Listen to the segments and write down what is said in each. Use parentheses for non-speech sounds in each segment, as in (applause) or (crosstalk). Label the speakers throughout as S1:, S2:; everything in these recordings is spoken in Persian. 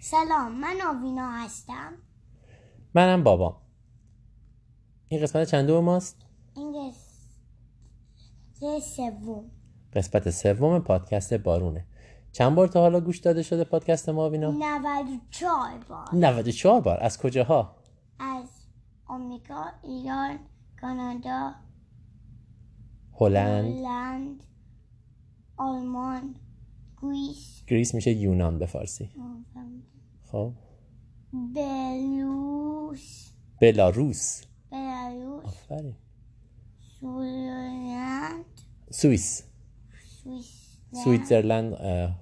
S1: سلام من آوینا هستم
S2: منم بابام این قسمت چندم ماست
S1: این قسمت سوم
S2: قسمت سوم پادکست بارونه چند بار تا حالا گوش داده شده پادکست ما آوینا
S1: 94 بار
S2: 94 بار از کجاها
S1: از آمریکا ایران کانادا
S2: هلند
S1: هلند آلمان گریس
S2: گریس میشه یونان به فارسی خب
S1: بلوس
S2: بلاروس
S1: بلاروس
S2: آفرین
S1: سوئیسلند
S2: سوئیس
S1: سوئیسلند
S2: سوئیزرلند اه، اه،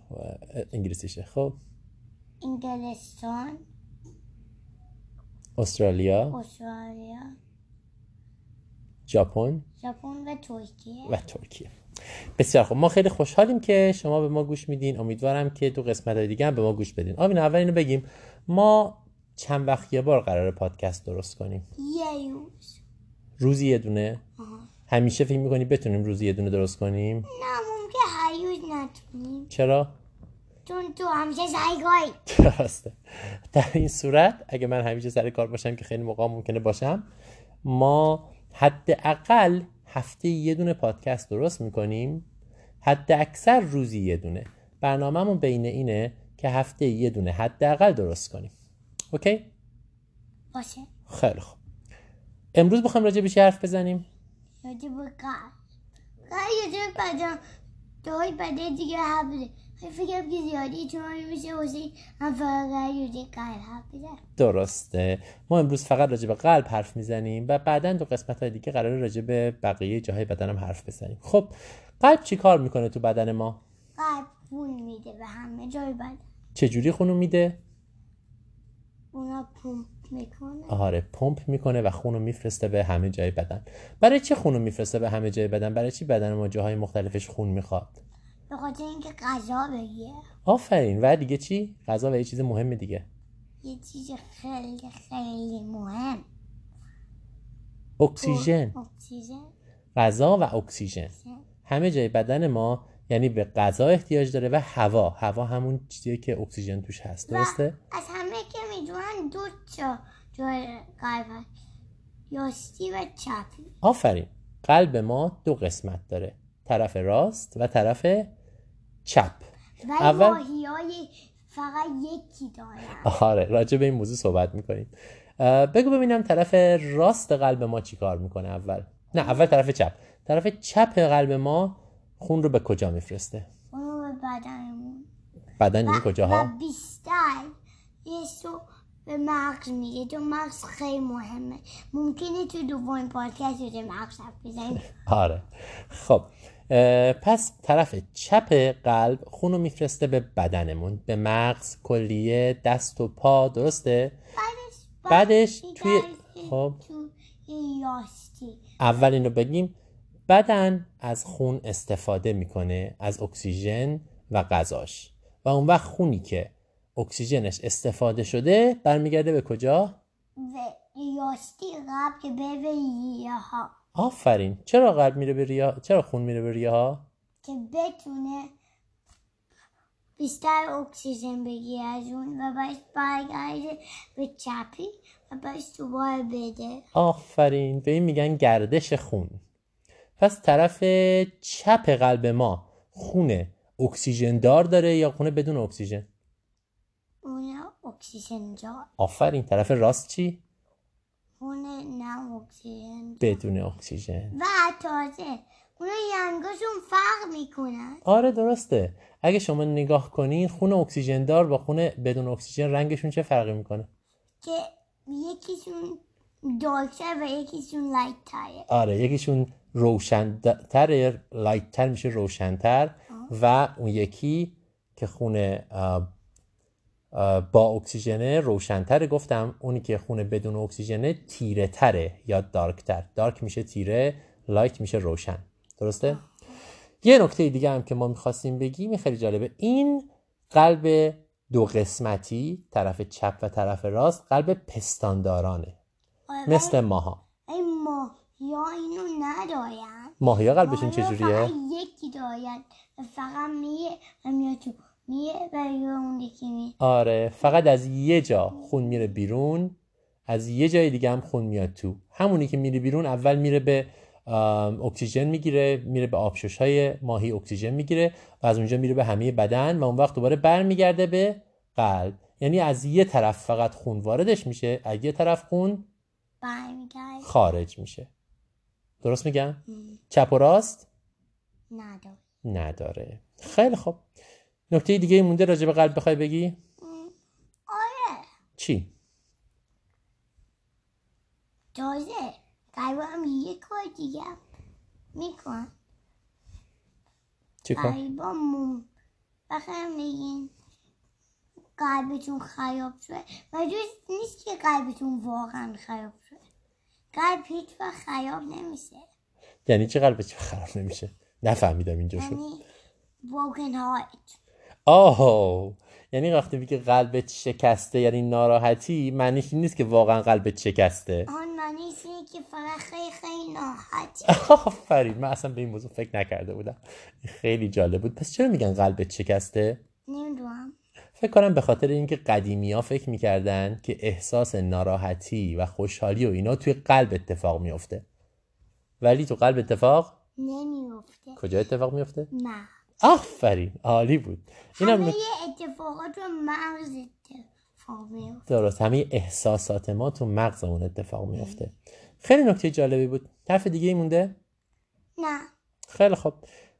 S2: انگلیسیشه خب
S1: انگلستان
S2: استرالیا
S1: استرالیا
S2: ژاپن
S1: ژاپن و ترکیه
S2: و ترکیه بسیار خب ما خیلی خوشحالیم که شما به ما گوش میدین امیدوارم که تو قسمت های دیگه هم به ما گوش بدین آمین اول اینو بگیم ما چند وقت یه بار قرار پادکست درست کنیم
S1: یه روز
S2: روزی یه دونه همیشه فکر میکنی بتونیم روزی یه دونه درست کنیم
S1: نه ممکن هر روز نتونیم
S2: چرا
S1: چون تو همیشه زایگایی
S2: درسته در این صورت اگه من همیشه سر کار باشم که خیلی موقع ممکنه باشم ما حداقل هفته یه دونه پادکست درست میکنیم حد اکثر روزی یه دونه برنامهمون بین اینه که هفته یه دونه حداقل درست کنیم اوکی
S1: باشه
S2: خیلی خوب امروز بخوایم راجع به چی حرف بزنیم
S1: راجع به قلب قلب یه جور بدن دوهای بده دیگه حب بده خیلی فکرم که زیادی تو همی میشه حسین هم فقط قلب یه قلب حب بده
S2: درسته ما امروز فقط راجع به قلب حرف میزنیم و بعدا تو قسمت های دیگه قراره راجع به بقیه جاهای بدنم حرف بزنیم خب قلب چی کار میکنه تو بدن ما
S1: قلب پول میده به همه جای بدن
S2: چجوری خونو میده
S1: اونا پمپ میکنه
S2: آره پمپ میکنه و خونو میفرسته به همه جای بدن برای چه خونو میفرسته به همه جای بدن برای چی بدن ما جاهای مختلفش خون میخواد
S1: به خاطر اینکه غذا بگیره
S2: آفرین و دیگه چی غذا و یه چیز مهم دیگه
S1: یه چیز خیلی خیلی مهم
S2: اکسیژن
S1: اکسیژن
S2: غذا و اکسیژن همه جای بدن ما یعنی به غذا احتیاج داره و هوا هوا همون چیزیه که اکسیژن توش هست درسته
S1: از همه که میدونن دو تا جای قلب هست یاستی و چپی
S2: آفرین قلب ما دو قسمت داره طرف راست و طرف چپ
S1: و
S2: اول-
S1: ماهی های فقط یکی دارن
S2: آره راجع به این موضوع صحبت میکنیم بگو ببینم طرف راست قلب ما چیکار میکنه اول نه اول طرف چپ طرف چپ قلب ما خون رو به کجا میفرسته
S1: اونو به بدنمون
S2: بدن
S1: و,
S2: یعنی کجاها
S1: و بیشتر یه سو به مغز میده تو مغز خیلی مهمه ممکنه تو دومین پادکست راجع به مغز حرف
S2: (laughs)
S1: بزنیم
S2: آره خب اه، پس طرف چپ قلب خون رو میفرسته به بدنمون به مغز کلیه دست و پا درسته
S1: بعدش
S2: بعدش
S1: بعدش
S2: توی
S1: در-
S2: خب
S1: تو یه یاستی
S2: اول اینو بگیم بدن از خون استفاده میکنه از اکسیژن و غذاش و اون وقت خونی که اکسیژنش استفاده شده برمیگرده به کجا؟
S1: و یاستی قبل که به یه ها
S2: آفرین چرا قلب میره به ریه چرا خون میره به ریه ها؟
S1: که بتونه بیشتر اکسیژن بگیره از اون و باید برگرده به چپی و باید دوباره بده
S2: آفرین به این میگن گردش خون پس طرف چپ قلب ما خون اکسیژن دار داره یا خونه بدون اکسیژن
S1: اون اکسیژن جا
S2: آفرین طرف راست چی
S1: اون نه اکسیژن دار.
S2: بدون اکسیژن
S1: و تازه اونا ینگاشون فرق میکنن
S2: آره درسته اگه شما نگاه کنین خون اکسیژن دار با خون بدون اکسیژن رنگشون چه فرقی میکنه
S1: که یکیشون دارکتر و یکیشون لایت تره
S2: آره یکیشون روشن تر لایت تر میشه روشنتر و اون یکی که خون آه، آه، با اکسیژنه روشنتره گفتم اونی که خون بدون اکسیژنه تیره تره یا دارک تر دارک میشه تیره لایت میشه روشن درسته یه نکته دیگه هم که ما میخواستیم بگیم خیلی جالبه این قلب دو قسمتی طرف چپ و طرف راست قلب پستاندارانه مثل ماها
S1: این ماهی ها اینو ندارن
S2: ماهیا قلبشون
S1: آره، ماهی ها
S2: چجوریه
S1: فقط یکی دارن و فقط میره و میاد تو میره و روی اون یکی میره
S2: آره فقط از یه جا خون میره بیرون از یه جای دیگه هم خون میاد تو همونی که میره بیرون اول میره به آم، اکسیژن میگیره میره به آبشش های ماهی اکسیژن میگیره و از اونجا میره به همه بدن و اون وقت دوباره برمیگرده به قلب یعنی از یه طرف فقط خون واردش میشه از یه طرف خون
S1: برمیگرد
S2: خارج میشه درست میگم چپ و راست
S1: نداره
S2: نداره خیلی خوب نکته دیگه مونده راجع به قلب بخوای بگی
S1: آره
S2: چی
S1: تازه قلب هم یه کار دیگه هم میکن
S2: چی کار؟
S1: قلبا موم بخیرم بگین قلبتون خراب شده و دوست نیست که قلبتون واقعا خراب شده قلب هیچ وقت خراب نمیشه
S2: یعنی چی قلب چی خراب نمیشه نفهمیدم اینجا شد
S1: یعنی broken heart
S2: آه یعنی وقتی میگه قلبت شکسته یعنی ناراحتی معنیش این نیست که واقعا قلبت شکسته
S1: آن معنیش اینه که فقط خیلی خیلی ناحتی
S2: آفرین من اصلا به این موضوع فکر نکرده بودم خیلی جالب بود پس چرا میگن قلبت شکسته
S1: نمیدونم
S2: فکر کنم به خاطر اینکه قدیمی ها فکر میکردن که احساس ناراحتی و خوشحالی و اینا توی قلب اتفاق میفته ولی تو قلب اتفاق
S1: نمیفته
S2: کجا اتفاق میفته
S1: نه
S2: آفرین عالی بود اینم
S1: همه اتفاقات رو مغز اتفاق میفته
S2: درست همه احساسات ما تو مغزمون اتفاق میفته خیلی نکته جالبی بود حرف دیگه ای مونده
S1: نه
S2: خیلی خب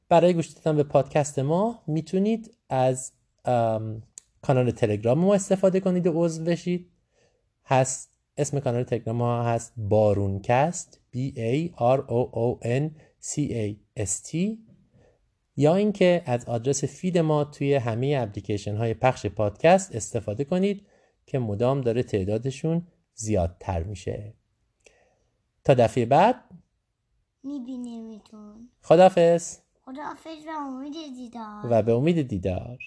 S2: برای گوش دادن به پادکست ما میتونید از ام، کانال تلگرام ما استفاده کنید و عضو بشید هست اسم کانال تلگرام ما هست بارونکست B A R O O N C A S T یا اینکه از آدرس فید ما توی همه اپلیکیشن های پخش پادکست استفاده کنید که مدام داره تعدادشون زیادتر میشه تا دفعه بعد
S1: میبینیمتون
S2: خدافز
S1: خداحافظ و امید دیدار
S2: و به امید دیدار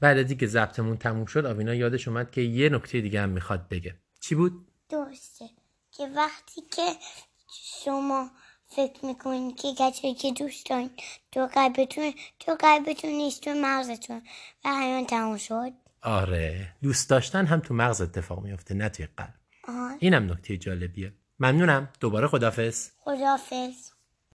S2: بعد از اینکه ضبطمون تموم شد آوینا یادش اومد که یه نکته دیگه هم میخواد بگه چی بود؟
S1: درسته که وقتی که شما فکر میکنین که کسی که دوست دارین تو قلبتون تو قلبتون نیست تو مغزتون و همین تموم شد
S2: آره دوست داشتن هم تو مغز اتفاق میفته نه توی قلب
S1: آه
S2: اینم نکته جالبیه ممنونم دوباره خدافز
S1: خدافز